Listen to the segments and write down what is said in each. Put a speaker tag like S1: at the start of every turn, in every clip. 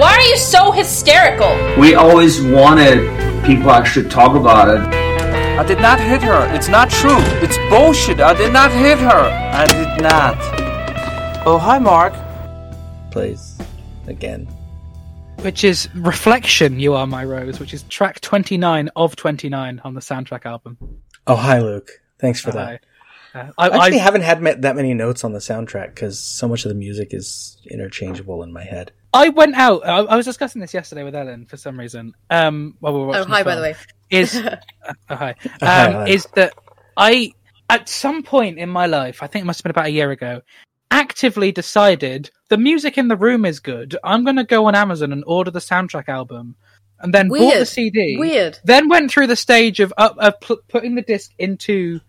S1: Why are you so hysterical?
S2: We always wanted people actually talk about it.
S3: I did not hit her. It's not true. It's bullshit. I did not hit her. I did not. Oh, hi, Mark.
S4: Plays again.
S5: which is Reflection, You Are My Rose, which is track 29 of 29 on the soundtrack album.
S4: Oh, hi, Luke. Thanks for that.
S5: I, uh, I,
S4: I actually
S5: I,
S4: haven't had ma- that many notes on the soundtrack because so much of the music is interchangeable in my head.
S5: I went out, I, I was discussing this yesterday with Ellen for some reason. Um, while we were
S1: Oh,
S5: watching
S1: hi, by the
S5: film.
S1: way.
S5: is uh, oh, hi.
S4: hi,
S5: Um,
S4: Ellen.
S5: is that I at some point in my life, I think it must have been about a year ago, actively decided the music in the room is good. I'm going to go on Amazon and order the soundtrack album, and then bought the
S1: Weird.
S5: CD.
S1: Weird.
S5: Then went through the stage of up of pl- putting the disc into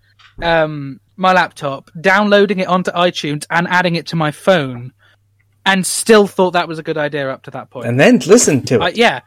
S5: um, my laptop, downloading it onto iTunes, and adding it to my phone. And still thought that was a good idea up to that point.
S4: And then listen to it.
S5: I, yeah,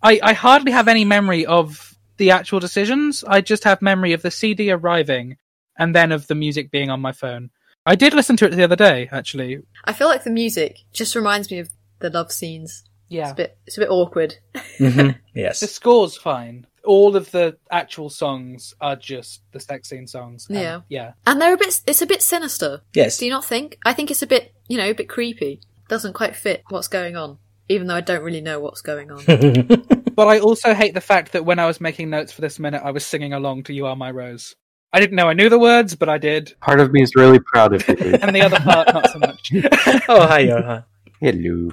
S5: I, I hardly have any memory of the actual decisions. I just have memory of the CD arriving and then of the music being on my phone. I did listen to it the other day, actually.
S1: I feel like the music just reminds me of the love scenes. It's
S5: Yeah,
S1: a bit, it's a bit awkward.
S5: the
S4: Mm-hmm. yes.
S5: score's fine. All of the actual songs are just the sex scene songs.
S4: Um,
S5: and-
S1: Yeah.
S5: yeah.
S1: And they're a bit, it's a bit sinister.
S4: Yes.
S1: Do you not think? I think it's a bit, you know, a bit creepy. Doesn't quite fit what's going on, even though I don't really know what's going on.
S5: But I also hate the fact that when I was making notes for this minute, I was singing along to "You Are My Rose." I didn't know I knew the words, but I did,
S6: Part of me is really proud of you. Luke.
S5: and the other part not so much.
S4: oh, hi, Johan.
S6: Hello.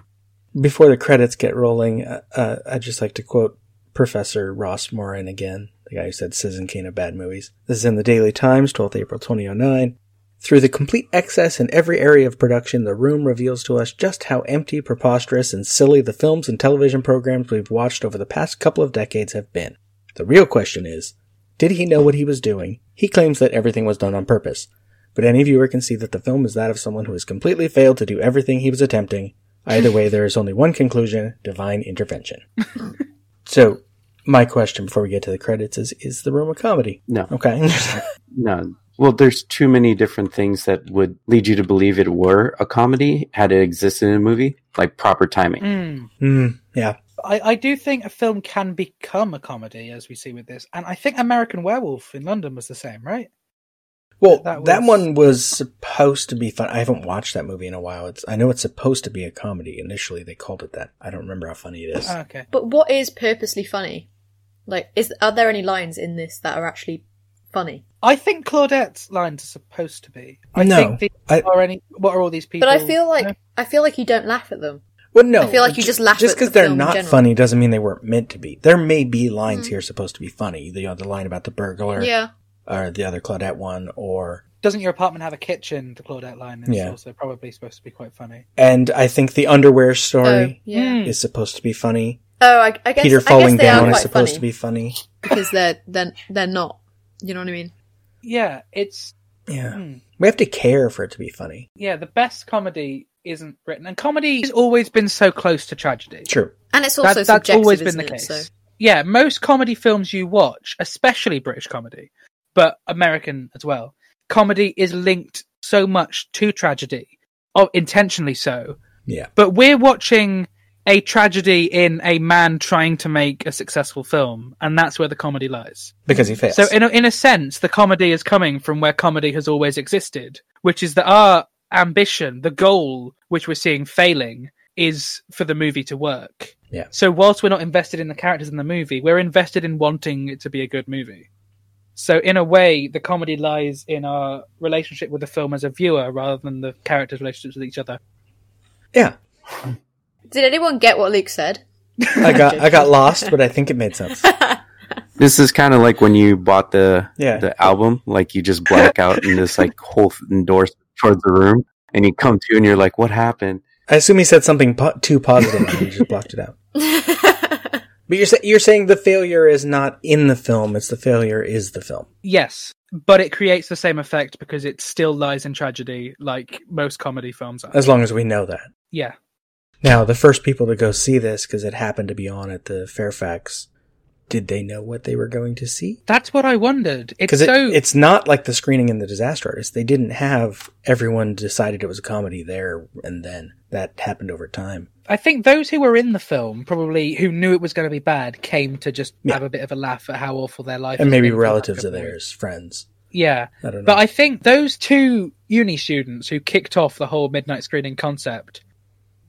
S4: Before the credits get rolling, uh, uh, I'd just like to quote Professor Ross Morin again, the guy who said Citizen Kane are bad movies. This is in the Daily Times, 12th April 2009. Through the complete excess in every area of production, The Room reveals to us just how empty, preposterous, and silly the films and television programs we've watched over the past couple of decades have been. The real question is, did he know what he was doing? He claims that everything was done on purpose. But any viewer can see that the film is that of someone who has completely failed to do everything he was attempting. Either way, there is only one conclusion divine intervention. so, my question before we get to the credits is Is the room a comedy?
S6: No.
S4: Okay.
S6: No. Well, there's too many different things that would lead you to believe it were a comedy had it existed in a movie, like proper timing.
S5: Mm.
S4: Hmm. yeah.
S5: I, I do think a film can become a comedy, as we see with this. And I think American Werewolf in London was the same, right?
S4: Well,
S5: That
S4: that,
S5: was-
S4: one was supposed to be fun. I haven't watched that movie in a while. It's I know it's supposed to be a comedy. Initially, they called it that. I don't remember how funny it is.
S1: Uh,
S5: Ah, okay.
S1: But what is purposely funny? Like, is are there any lines in this that are actually funny?
S5: I think Claudette's lines are supposed to be. I
S4: No,
S5: think the,
S4: I-
S5: are any what are all these people?
S1: But I feel like
S5: No.
S1: I feel like you don't laugh at them.
S4: Well, no.
S1: I feel like you just laugh
S4: Just
S1: at
S4: because
S1: the
S4: they're
S1: film in
S4: not
S1: general. Mm-hmm.
S4: funny doesn't mean they weren't meant to be. There may be lines here supposed to be funny. The, you know, the line about the burglar,
S1: Yeah,
S4: or the other Claudette one, or
S5: doesn't your apartment have a kitchen? The Claudette line is
S4: Yeah.
S5: also probably supposed to be quite funny. Hmm.
S4: and I think the underwear story
S1: Oh, yeah.
S4: is supposed to be funny.
S1: Oh, I, I guess
S4: Peter
S1: I
S4: falling
S1: guess they
S4: down
S1: are
S4: is
S1: quite
S4: supposed
S1: funny
S4: to be funny.
S1: because they're then they're, not. You know what I mean?
S5: Yeah, it's
S4: Yeah,
S5: Hmm.
S4: we have to care for it to be funny.
S5: yeah. The best comedy isn't written, and comedy has always been so close to tragedy.
S4: True.
S1: And it's
S5: That-
S1: also
S5: that's
S1: subjective,
S5: always been
S1: isn't
S5: the
S1: it?
S5: case.
S1: So
S5: Yeah, most comedy films you watch, especially British comedy, but American as well, comedy is linked so much to tragedy, or intentionally so.
S4: Yeah.
S5: But we're watching a tragedy in a man trying to make a successful film, and that's where the comedy lies.
S4: Because he fails.
S5: So, in a, in a sense, the comedy is coming from where comedy has always existed, which is that our ambition, the goal which we're seeing failing, is for the movie to work.
S4: Yeah.
S5: So, whilst we're not invested in the characters in the movie, we're invested in wanting it to be a good movie. So, in a way, the comedy lies in our relationship with the film as a viewer rather than the characters' relationships with each other.
S4: yeah,
S1: did anyone get what Luke said?
S4: I got I got lost, but I think it made sense.
S6: This is kind of like when you bought the
S4: Yeah.
S6: the album, like you just black out and this like whole th- door towards the room, and you come to and you're like, "What happened?"
S4: I assume he said something po- too positive and he just blocked it out. But you're sa- you're saying the failure is not in the film; it's the failure is the film.
S5: Yes, but it creates the same effect because it still lies in tragedy, like most comedy films are.
S4: As long as we know that.
S5: yeah,
S4: Now, the first people to go see this because it happened to be on at the Fairfax, did they know what they were going to see?
S5: that's what I wondered. It's
S4: Because it,
S5: so
S4: it's not like the screening in the Disaster Artist. They didn't have everyone decided it was a comedy there and then. That happened over time.
S5: I think those who were in the film probably who knew it was going to be bad came to just have a bit of a laugh at how awful their life
S4: and
S5: has
S4: maybe
S5: been for that
S4: relatives of
S5: couple weeks.
S4: theirs, friends.
S5: Yeah.
S4: I don't know.
S5: But I think those two uni students who kicked off the whole midnight screening concept,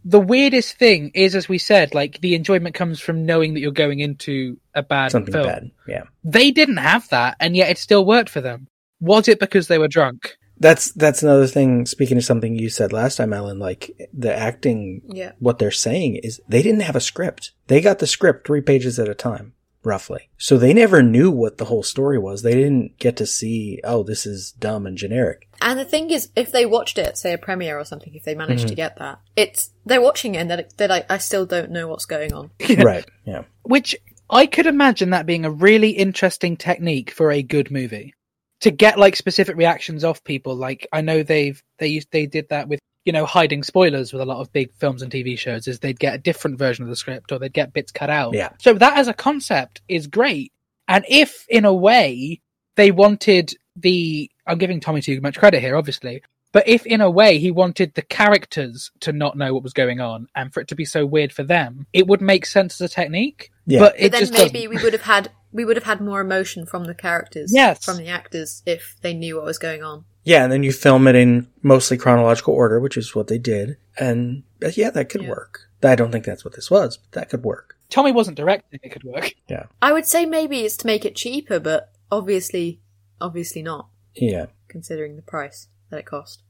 S5: the weirdest thing is, as we said, like the enjoyment comes from knowing that you're going into a bad
S4: Something
S5: film.
S4: bad. Yeah.
S5: They didn't have that, and yet it still worked for them. Was it because they were drunk?
S4: That's that's another thing. Speaking of something you said last time, Ellen, like the acting,
S5: Yeah.
S4: what they're saying is they didn't have a script. They got the script three pages at a time, roughly. So they never knew what the whole story was. They didn't get to see, oh, this is dumb and generic.
S1: And the thing is, if they watched it, say a premiere or something, if they managed
S5: Mm-hmm.
S4: Mhm.
S1: to get that, it's they're watching it and they're, they're like, I still don't know what's going on.
S4: right. Yeah.
S5: Which I could imagine that being a really interesting technique for a good movie to get like specific reactions off people. Like I know they've they used they did that with you know hiding spoilers with a lot of big films and TV shows is they'd get a different version of the script or they'd get bits cut out.
S4: Yeah.
S5: So that as a concept is great. And if in a way they wanted the I'm giving Tommy too much credit here, obviously. But if in a way he wanted the characters to not know what was going on and for it to be so weird for them, it would make sense as a technique. But it
S1: then
S5: just
S1: maybe
S5: doesn't.
S1: we would have had we would have had more emotion from the characters,
S5: Yes.
S1: from the actors, if they knew what was going on.
S4: Yeah. And then you film it in mostly chronological order, which is what they did. And uh, yeah, that could work. I don't think that's what this was, but that could work.
S5: Tommy wasn't directing; it could work.
S4: Yeah.
S1: I would say maybe it's to make it cheaper, but obviously, obviously not,
S4: Yeah.
S1: considering the price that it cost.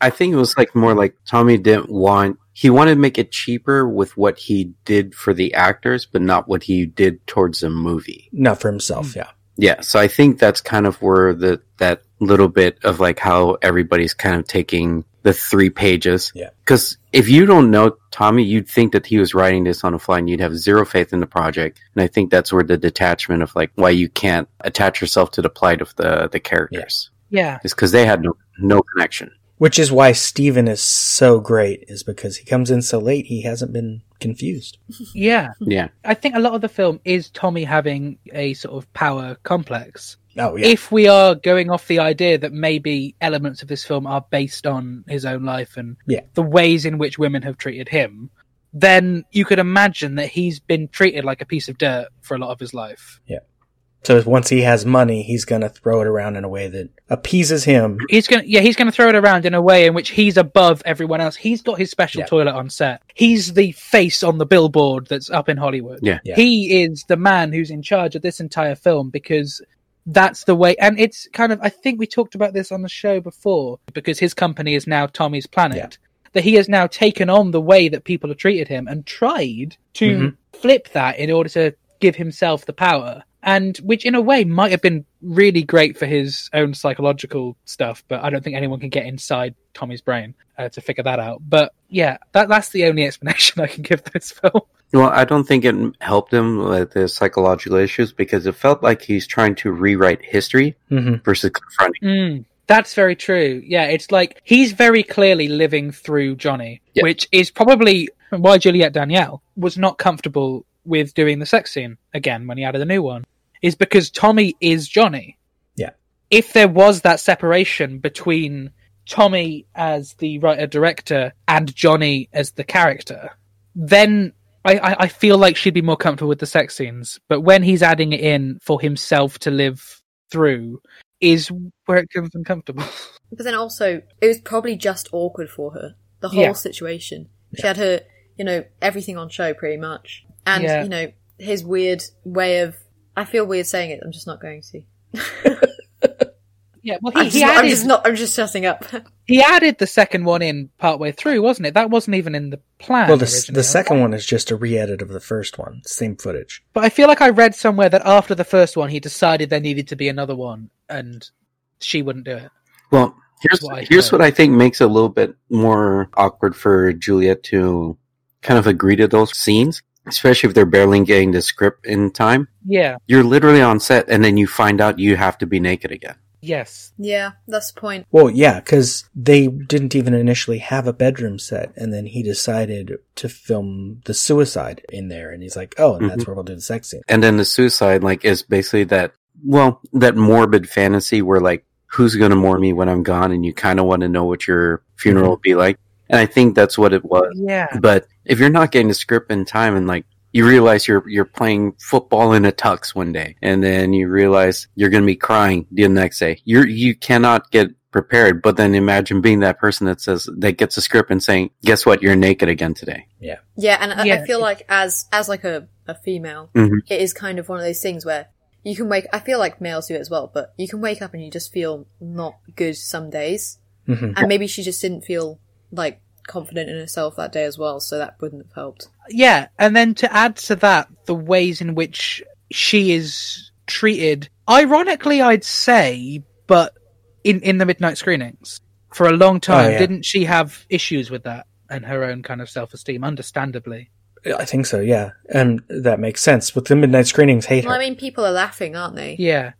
S6: I think it was like more like Tommy didn't want he wanted to make it cheaper with what he did for the actors, but not what he did towards the movie.
S4: Not for himself. Yeah.
S6: Yeah, so I think that's kind of where the that little bit of like how everybody's kind of taking the three pages.
S4: Yeah.
S6: Because if you don't know Tommy, you'd think that he was writing this on the fly and you'd have zero faith in the project. And I think that's where the detachment of like why you can't attach yourself to the plight of the the characters.
S5: Yeah.
S6: It's because they had no no connection.
S4: Which is why Steven is so great, is because he comes in so late, he hasn't been confused.
S5: Yeah.
S6: Yeah.
S5: I think a lot of the film is Tommy having a sort of power complex.
S4: Oh, yeah.
S5: If we are going off the idea that maybe elements of this film are based on his own life and
S4: Yeah.
S5: the ways in which women have treated him, then you could imagine that he's been treated like a piece of dirt for a lot of his life.
S4: Yeah. So once he has money, he's going to throw it around in a way that appeases him.
S5: He's gonna, yeah, he's gonna throw it around in a way in which he's above everyone else. He's got his special toilet on set. He's the face on the billboard that's up in Hollywood.
S6: Yeah. Yeah.
S5: he is the man who's in charge of this entire film because that's the way. And it's kind of, I think we talked about this on the show before because his company is now Tommy's Planet. That he has now taken on the way that people have treated him and tried to
S4: Mhm.
S5: flip that in order to give himself the power. And which, in a way, might have been really great for his own psychological stuff, but I don't think anyone can get inside Tommy's brain uh, to figure that out. But yeah, that, that's the only explanation I can give this film.
S6: Well, I don't think it helped him with the psychological issues because it felt like he's trying to rewrite history
S4: Mhm.
S6: versus confronting.
S5: Mm, that's very true. Yeah, it's like he's very clearly living through Johnny, which is probably why Juliet Danielle was not comfortable with doing the sex scene again when he added a new one, is because Tommy is Johnny.
S4: Yeah.
S5: If there was that separation between Tommy as the writer director and Johnny as the character, then I, I, I feel like she'd be more comfortable with the sex scenes. But when he's adding it in for himself to live through, is where it becomes uncomfortable.
S1: But then also, it was probably just awkward for her. The whole
S5: Yeah.
S1: situation. She had her, you know, everything on show pretty much, and
S5: Yeah.
S1: you know his weird way of. I feel weird saying it. I'm just not going to.
S5: yeah, well,
S1: I'm
S5: he,
S1: just,
S5: he
S1: not- I'm
S5: added
S1: just not. I'm just shutting up.
S5: he added the second one in partway through, wasn't it? That wasn't even in the plan.
S4: Well, the, s-
S5: originally.
S4: the second one is just a re edit of the first one, same footage.
S5: But I feel like I read somewhere that after the first one, he decided there needed to be another one, and she wouldn't do it.
S6: Well, here's here's what I think makes it a little bit more awkward for Juliet to kind of agree to those scenes, especially if they're barely getting the script in time.
S5: Yeah.
S6: You're literally on set, and then you find out you have to be naked again.
S5: Yes.
S1: Yeah, that's the point.
S4: Well, yeah, because they didn't even initially have a bedroom set, and then he decided to film the suicide in there, and he's like, "Oh, and that's
S6: Mhm.
S4: where we'll do the sex scene."
S6: And then the suicide, like, is basically that well, that morbid fantasy where like, who's gonna mourn me when I'm gone, and you kind of want to know what your funeral will be like. And I think that's what it was.
S5: Yeah.
S6: But if you're not getting the script in time, and like you realize you're you're playing football in a tux one day, and then you realize you're gonna be crying the next day. You you cannot get prepared. But then imagine being that person that says that gets a script and saying, "Guess what? You're naked again today."
S4: Yeah.
S1: Yeah, and I,
S5: Yeah.
S1: I feel like as as like a, a female,
S6: Mhm.
S1: it is kind of one of those things where you can wake. I feel like males do it as well, but you can wake up and you just feel not good some days,
S4: Mhm.
S1: and maybe she just didn't feel like confident in herself that day as well, so that wouldn't have helped.
S5: Yeah, and then to add to that, the ways in which she is treated, ironically, I'd say, but in in the midnight screenings for a long time,
S4: Oh, yeah.
S5: didn't she have issues with that and her own kind of self esteem? Understandably,
S4: I think so, yeah, and that makes sense. But the midnight screenings hate
S1: Well, I
S4: her.
S1: mean, people are laughing, aren't they?
S5: yeah.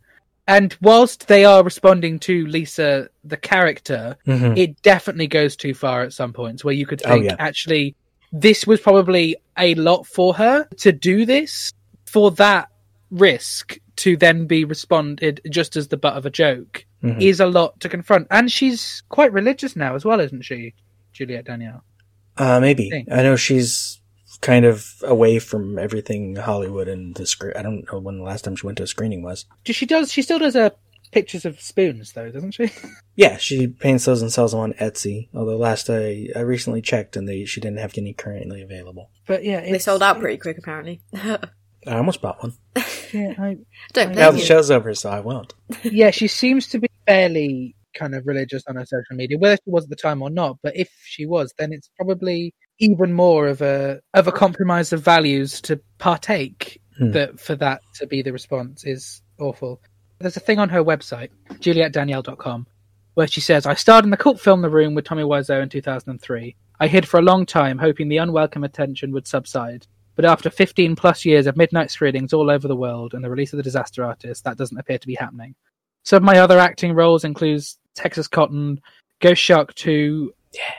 S5: And whilst they are responding to Lisa, the character,
S4: Mhm.
S5: it definitely goes too far at some points where you could
S4: Oh,
S5: think,
S4: yeah.
S5: actually, this was probably a lot for her to do this for that risk to then be responded just as the butt of a joke
S4: Mhm.
S5: is a lot to confront. And she's quite religious now as well, isn't she, Juliet Danielle?
S4: Uh, maybe
S5: Thanks.
S4: I know she's kind of away from everything Hollywood and the script. I don't know when the last time she went to a screening was.
S5: Does she does she still does uh, pictures of spoons though, doesn't she?
S4: Yeah, she paints those and sells them on Etsy. Although last I, I recently checked, and they she didn't have any currently available.
S5: But yeah,
S1: they sold out pretty quick apparently.
S4: I almost bought one.
S5: Yeah, I,
S1: Don't
S4: Now
S1: blame
S4: the
S1: you.
S4: show's over, so I won't.
S5: yeah, she seems to be fairly kind of religious on her social media, whether she was at the time or not. But if she was, then it's probably even more of a of a compromise of values to partake.
S4: Hmm.
S5: That for that to be the response is awful. There's a thing on her website, julietdanielle.com, where she says, "I starred in the cult film The Room with Tommy Wiseau in 2003. I hid for a long time, hoping the unwelcome attention would subside." But after 15 plus years of midnight screenings all over the world and the release of The Disaster Artist, that doesn't appear to be happening. Some of my other acting roles includes Texas Cotton, Ghost Shark 2,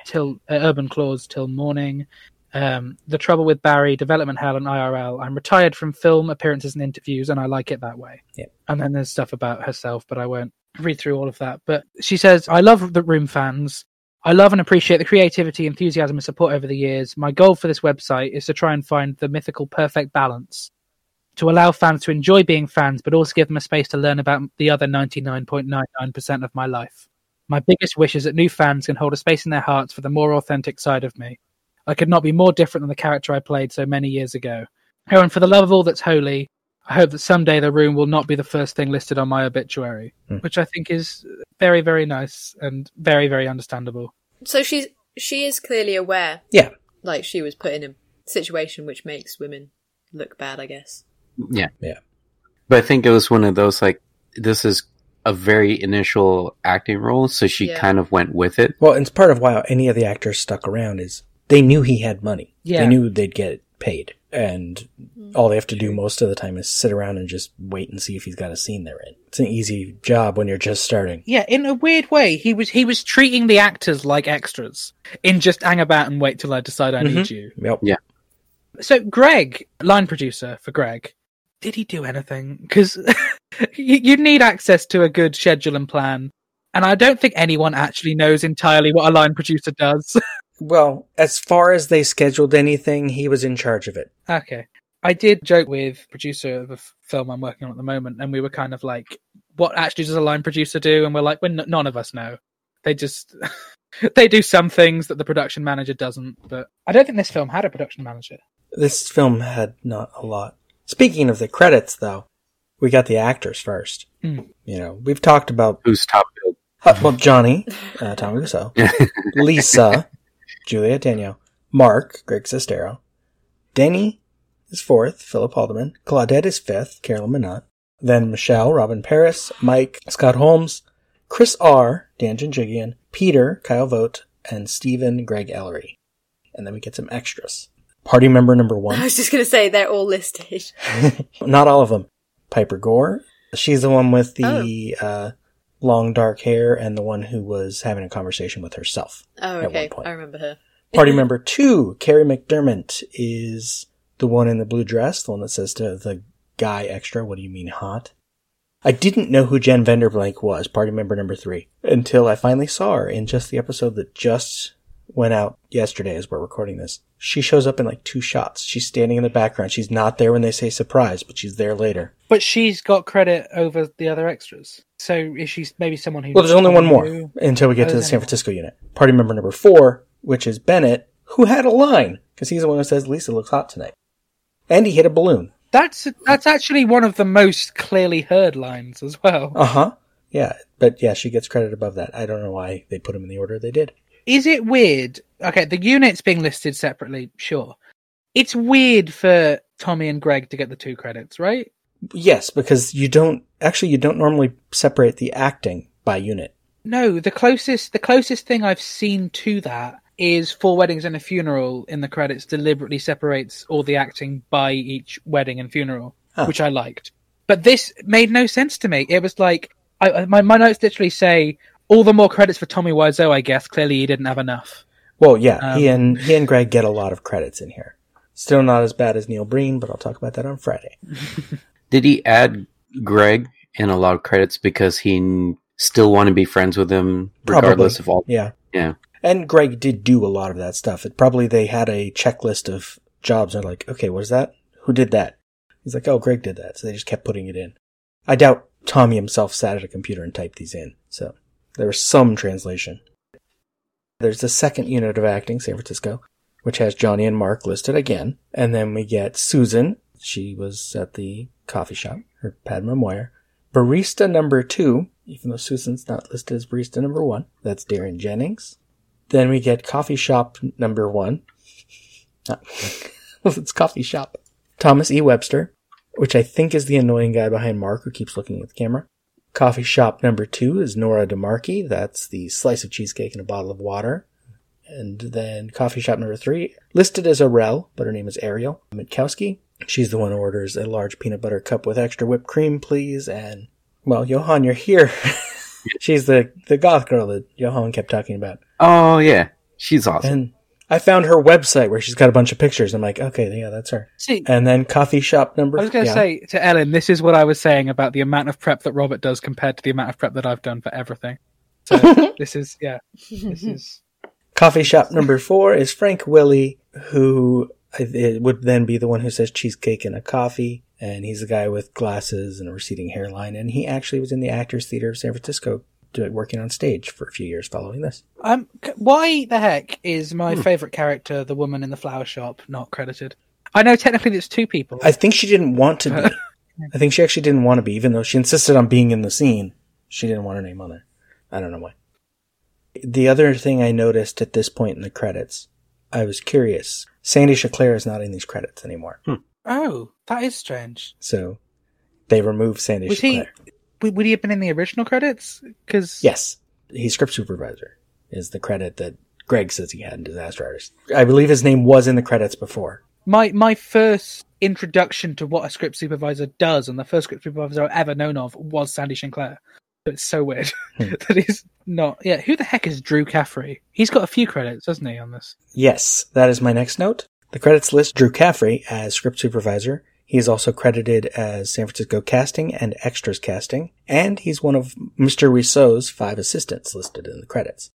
S5: Till uh, Urban Claws Till Morning, um, The Trouble with Barry, Development Hell, and IRL. I'm retired from film appearances and interviews, and I like it that way.
S4: Yep.
S5: And then there's stuff about herself, but I won't read through all of that. But she says, I love the Room fans. I love and appreciate the creativity, enthusiasm, and support over the years. My goal for this website is to try and find the mythical perfect balance to allow fans to enjoy being fans, but also give them a space to learn about the other 99.99% of my life. My biggest wish is that new fans can hold a space in their hearts for the more authentic side of me. I could not be more different than the character I played so many years ago. Oh, and for the love of all that's holy, I hope that someday the room will not be the first thing listed on my obituary, which I think is very, very nice and very, very understandable.
S1: So she's she is clearly aware,
S4: Yeah,
S1: like she was put in a situation which makes women look bad, I guess.
S6: Yeah.
S4: Yeah.
S6: But I think it was one of those like this is a very initial acting role, so she
S1: Yeah.
S6: kind of went with it.
S4: Well, and it's part of why any of the actors stuck around is they knew he had money.
S5: Yeah.
S4: They knew they'd get paid. And all they have to do most of the time is sit around and just wait and see if he's got a scene they're in. It's an easy job when you're just starting.
S5: Yeah, in a weird way, he was he was treating the actors like extras in just hang about and wait till I decide I need you.
S4: Yep.
S6: Yeah.
S5: So, Greg, line producer for Greg, did he do anything? Because you, you need access to a good schedule and plan, and I don't think anyone actually knows entirely what a line producer does.
S4: Well, as far as they scheduled anything, he was in charge of it.
S5: okay, I did joke with producer of a f- film I'm working on at the moment, and we were kind of like, "What actually does a line producer do?" And we're like, "We're n- none of us know. They just." They do some things that the production manager doesn't, but I don't think this film had a production manager.
S4: This film had not a lot. Speaking of the credits, though, we got the actors first.
S5: Hmm.
S4: You know, we've talked about
S6: Who's top billed?
S4: Uh, well, Johnny, uh, Tommy Wiseau, Lisa, Julia Danielle, Mark, Greg Sestero, Denny is fourth, Philip Haldeman, Claudette is fifth, Carolyn Minot, then Michelle, Robin Paris, Mike, Scott Holmes, Chris R., Dan Jinjigian, Peter, Kyle Vogt, and Stephen Greg Ellery. And then we get some extras. Party member number one.
S1: I was just going to say they're all listed.
S4: Not all of them. Piper Gore. She's the one with the uh, long dark hair and the one who was having a conversation with herself.
S1: Oh,
S4: at
S1: okay. I remember her.
S4: Party member two, Carrie McDermott, is the one in the blue dress, the one that says to the guy extra, What do you mean hot? I didn't know who Jen Vanderblank was, party member number three, until I finally saw her in just the episode that just went out yesterday as we're recording this. She shows up in like two shots. She's standing in the background. She's not there when they say surprise, but she's there later.
S5: But she's got credit over the other extras. So is she maybe someone who?
S4: Well, there's only one more
S5: who-
S4: until we get to
S5: Oh,
S4: the
S5: then-
S4: San Francisco unit. Party member number four, which is Bennett, who had a line because he's the one who says Lisa looks hot tonight, and he hit a balloon.
S5: That's that's actually one of the most clearly heard lines as well.
S4: Uh
S6: Uh-huh.
S4: huh. Yeah, but yeah, she gets credit above that. I don't know why they put him in the order they did.
S5: Is it weird? Okay, the units being listed separately, sure. It's weird for Tommy and Greg to get the two credits, right?
S4: Yes, because you don't actually you don't normally separate the acting by unit.
S5: No, the closest the closest thing I've seen to that is Four Weddings and a Funeral in the credits deliberately separates all the acting by each wedding and funeral,
S4: Huh.
S5: which I liked. But this made no sense to me. It was like I, I- my my notes literally say all the more credits for Tommy Wiseau. I guess clearly he didn't have enough.
S4: Well, yeah, he
S5: Um,
S4: and he and Greg get a lot of credits in here. Still not as bad as Neil Breen, but I'll talk about that on Friday.
S6: Did he add Greg in a lot of credits because he n- still want to be friends with him regardless
S4: Probably.
S6: of all?
S4: Yeah.
S6: Yeah.
S4: And Greg did do a lot of that stuff. It probably they had a checklist of jobs. They're like, okay, what is that? Who did that? He's like, oh, Greg did that. So they just kept putting it in. I doubt Tommy himself sat at a computer and typed these in. So there was some translation. There's the second unit of acting, San Francisco, which has Johnny and Mark listed again. And then we get Susan. She was at the coffee shop, her Padma Moyer. Barista number two, even though Susan's not listed as barista number one, that's Darren Jennings. Then we get coffee shop number one. Ah, it's coffee shop. Thomas E. Webster, which I think is the annoying guy behind Mark who keeps looking at the camera. Coffee shop number two is Nora DeMarkey. That's the slice of cheesecake and a bottle of water. And then coffee shop number three, listed as Arel, but her name is Ariel Mitkowski. She's the one who orders a large peanut butter cup with extra whipped cream, please. And, well, Johan, you're here. She's the, the goth girl that Johan kept talking about.
S6: Oh yeah, she's awesome.
S4: And I found her website where she's got a bunch of pictures. I'm like, okay, yeah, that's her.
S5: See-
S4: and then coffee shop number.
S5: I was going to
S4: yeah.
S5: say to Ellen, this is what I was saying about the amount of prep that Robert does compared to the amount of prep that I've done for everything. So this is yeah, this is
S4: coffee shop number four is Frank Willie, who I- it would then be the one who says cheesecake and a coffee. And he's a guy with glasses and a receding hairline. And he actually was in the Actors Theater of San Francisco doing, working on stage for a few years following this.
S5: um. c- Why the heck is my
S4: Hmm.
S5: favorite character, the woman in the flower shop, not credited? I know technically there's two people.
S4: I think she didn't want to be. I think she actually didn't want to be, even though she insisted on being in the scene. She didn't want her name on there. I don't know why. The other thing I noticed at this point in the credits, I was curious. Sandy Chaclair is not in these credits anymore.
S5: Oh, that is strange.
S4: So they removed Sandy
S5: Was he?
S4: Chaclair.
S5: Would would he have been in the original credits? Because
S4: Yes. He's script supervisor, is the credit that Greg says he had in Disaster Artist. I believe his name was in the credits before.
S5: my my first introduction to what a script supervisor does and the first script supervisor I've ever known of was Sandy Sinclair. So It's so weird
S4: Hmm.
S5: that he's not. Yeah, who the heck is Drew Caffrey? He's got a few credits, doesn't he, on this?
S4: Yes, that is my next note. The credits list Drew Caffrey as script supervisor. He is also credited as San Francisco casting and extras casting, and he's one of Mr. Rousseau's five assistants listed in the credits.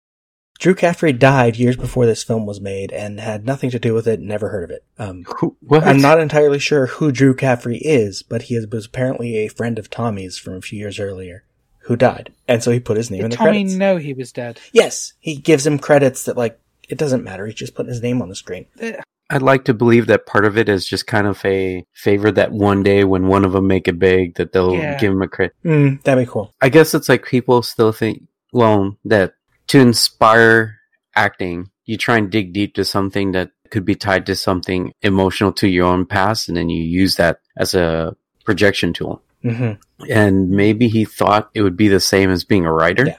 S4: Drew Caffrey died years before this film was made and had nothing to do with it, never heard of it. Um,
S6: Who, what?
S4: I'm not entirely sure who Drew Caffrey is, but he is- was apparently a friend of Tommy's from a few years earlier who died. And so he put his name in
S5: Did
S4: the
S5: Tommy
S4: credits.
S5: know he was dead?
S4: Yes, he gives him credits that, like, it doesn't matter. He's just putting his name on the screen.
S5: Uh,
S6: I'd like to believe that part of it is just kind of a favor that one day when one of them make it big, that they'll
S5: Yeah.
S6: give him a credit.
S4: Mm, that'd be cool.
S6: I guess it's like people still think, well, that to inspire acting, you try and dig deep to something that could be tied to something emotional to your own past, and then you use that as a projection tool.
S4: Mm-hmm.
S6: And maybe he thought it would be the same as being a writer.
S4: Yeah.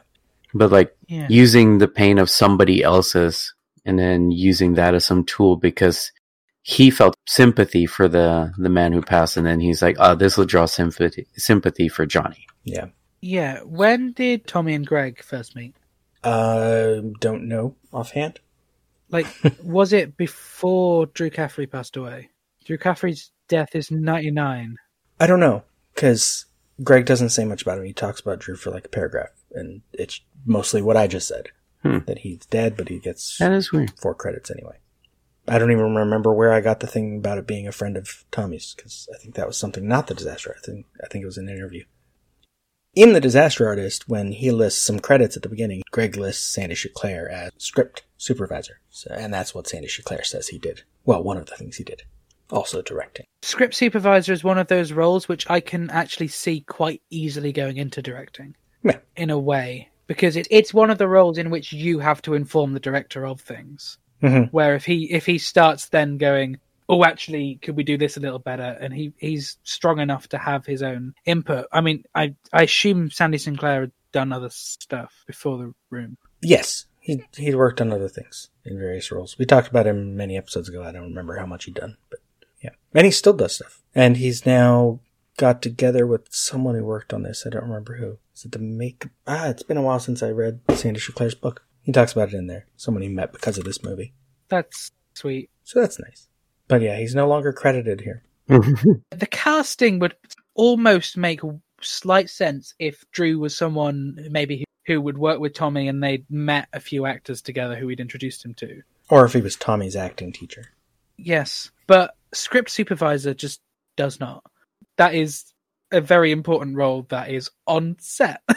S6: but like
S5: Yeah.
S6: using the pain of somebody else's and then using that as some tool because he felt sympathy for the the man who passed and then he's like oh this will draw sympathy sympathy for johnny
S4: yeah
S5: Yeah. When did Tommy and Greg first meet?
S4: Uh, don't know offhand.
S5: Like, was it before Drew Caffrey passed away? Drew Caffrey's death is 99.
S4: I don't know because Greg doesn't say much about him. He talks about Drew for like a paragraph, and it's mostly what I just said
S6: Hmm.
S4: that he's dead, but he gets
S6: That is weird.
S4: four credits anyway. I don't even remember where I got the thing about it being a friend of Tommy's because I think that was something not the disaster. I think I think it was an interview. In the Disaster Artist, when he lists some credits at the beginning, Greg lists Sandy Chiclair as script supervisor, so, and that's what Sandy Chiclair says he did. Well, one of the things he did, also directing.
S5: Script supervisor is one of those roles which I can actually see quite easily going into directing
S4: Yeah.
S5: in a way because it, it's one of the roles in which you have to inform the director of things.
S4: Mhm.
S5: Where if he if he starts then going, oh, actually, could we do this a little better? And he he's strong enough to have his own input. I mean, I I assume Sandy Sinclair had done other stuff before the room.
S4: Yes, he he worked on other things in various roles. We talked about him many episodes ago. I don't remember how much he'd done, but yeah, and he still does stuff. And he's now got together with someone who worked on this. I don't remember who. Is it the makeup? Ah, it's been a while since I read Sandy Chiclair's book. He talks about it in there. Someone he met because of this movie.
S5: That's sweet.
S4: So that's nice. But yeah, he's no longer credited here.
S5: the casting would almost make slight sense if Drew was someone maybe who- who would work with Tommy and they'd met a few actors together who he'd introduced him to.
S4: Or if he was Tommy's acting teacher.
S5: Yes, but script supervisor just does not. That is a very important role that is on set.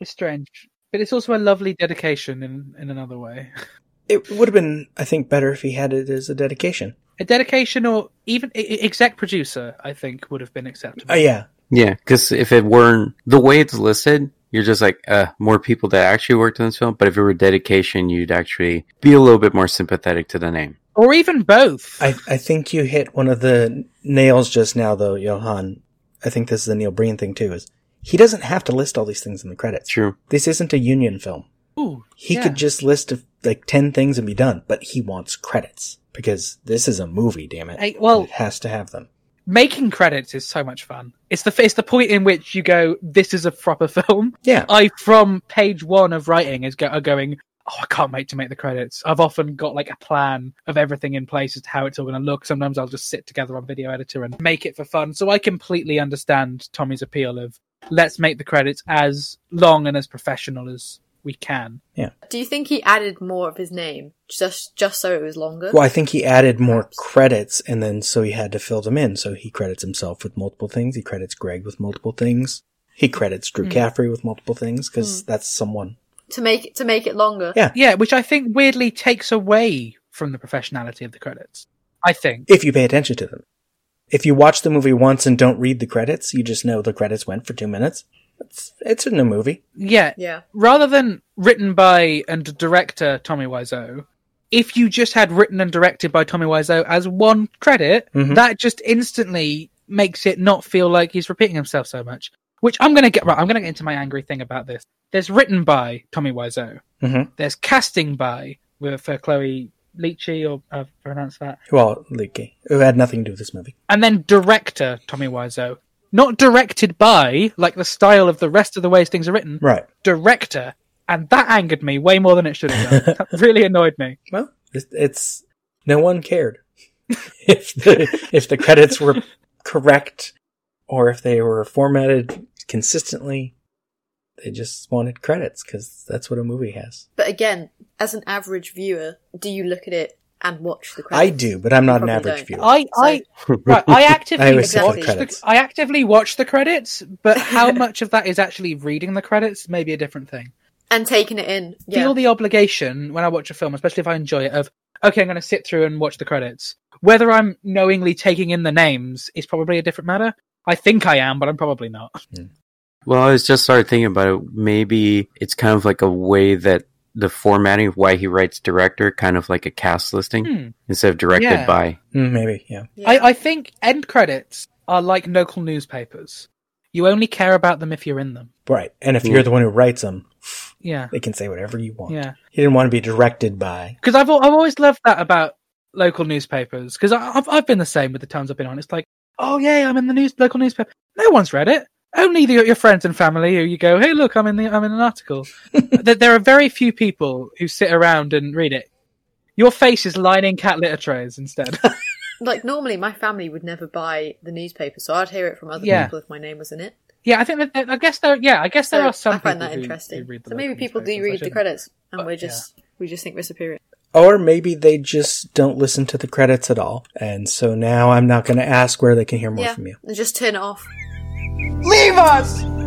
S5: it's strange, but it's also a lovely dedication in in another way.
S4: It would have been, I think, better if he had it as a dedication.
S5: A dedication or even e- e- exec producer, I think, would have been acceptable.
S4: Oh, yeah.
S6: yeah because if it weren't the way it's listed you're just like uh more people that actually worked on this film but if it were dedication you'd actually be a little bit more sympathetic to the name
S5: Or even both.
S4: I, I think you hit one of the nails just now, though, Johan. I think this is the Neil Breen thing too. Is he doesn't have to list all these things in the credits.
S6: true
S4: This isn't a union film.
S5: Ooh,
S4: He
S5: yeah.
S4: could just list uh, like ten things and be done, but he wants credits because this is a movie. Damn it!
S5: I- well-
S4: it has to have them.
S5: making credits is so much fun. It's the it's the point in which you go, this is a proper film.
S4: Yeah.
S5: I from page one of writing is go, are going. Oh, I can't wait to make the credits. I've often got like a plan of everything in place as to how it's all going to look. Sometimes I'll just sit together on video editor and make it for fun. So I completely understand Tommy's appeal of let's make the credits as long and as professional as we can.
S1: Do you think he added more of his name just just so it was longer?
S4: Well, I think he added more credits, and then so he had to fill them in. So he credits himself with multiple things. He credits Greg with multiple things. He credits
S5: Mm.
S4: Drew Caffrey with multiple things because that's someone.
S1: To make to make it longer.
S4: Yeah.
S5: Yeah, which I think weirdly takes away from the professionality of the credits. I think.
S4: if you pay attention to them. If you watch the movie once and don't read the credits, you just know the credits went for two minutes. It's, it's in a movie.
S5: Yeah.
S1: Yeah.
S5: Rather than written by and director Tommy Wiseau, if you just had written and directed by Tommy Wiseau as one credit,
S4: Mhm.
S5: that just instantly makes it not feel like he's repeating himself so much. Which I'm gonna get right. I'm gonna get into my angry thing about this. There's written by Tommy Wiseau.
S4: Mhm.
S5: There's casting by with for Chloe Leachy or uh, pronounce that,
S4: Who all leaky? Who had nothing to do with this movie?
S5: and then director Tommy Wiseau. Not directed by, like the style of the rest of the ways things are written
S4: Right.
S5: director, and that angered me way more than it should have done. that really annoyed me.
S4: Well, it's, it's no one cared if the if the credits were correct or if they were formatted consistently. They just wanted credits because that's what a movie has.
S1: But again, as an average viewer, do you look at it and watch the
S4: I
S1: credits?
S4: do, but I'm not an
S1: Probably
S4: average
S1: don't.
S4: viewer.
S5: I, I, right, I
S4: I
S5: actively
S4: always
S1: sit
S5: watch
S1: for the
S5: the,
S4: credits.
S5: I actively watch the credits, but how much of that is actually reading the credits may be a different thing.
S1: And taking it in. Yeah.
S5: Feel the obligation when I watch a film, especially if I enjoy it, of okay, I'm going to sit through and watch the credits. Whether I'm knowingly taking in the names is probably a different matter. I think I am, but I'm probably not.
S6: Well, I was just started thinking about it. Maybe it's kind of like a way that the formatting of why he writes director, kind of like a cast listing
S5: Hmm.
S6: instead of directed
S5: Yeah.
S6: by.
S4: Mm, maybe, yeah.
S1: Yeah.
S5: I, I think end credits are like local newspapers. You only care about them if you're in them.
S4: Right. And if
S6: Yeah.
S4: you're the one who writes them,
S5: Yeah.
S4: They can say whatever you want.
S5: Yeah.
S4: He didn't want to be directed by.
S5: Because I've al- I've always loved that about local newspapers. Because I've I've been the same with the times I've been on. It's like, oh yeah, I'm in the news local newspaper. No one's read it. Only the, your friends and family who you go, hey, look, I'm in the I'm in an article. there, there are very few people who sit around and read it. Your face is lining cat litter trays instead.
S1: Like normally, my family would never buy the newspaper, so I'd hear it from other
S5: Yeah.
S1: people if my name was in it.
S5: yeah, I think that- that I guess there. Yeah, I guess there
S1: So
S5: are some.
S1: I find
S5: people
S1: that
S5: who-
S1: interesting.
S5: who read the
S1: so maybe
S5: local
S1: people do
S5: newspapers. I
S1: read the
S5: shouldn't-
S1: credits, and we're just we just think we're superior.
S4: Or maybe they just don't listen to the credits at all. And so now I'm not going to ask where they can hear more
S1: yeah,
S4: from you.
S1: and just turn it off.
S3: Leave us!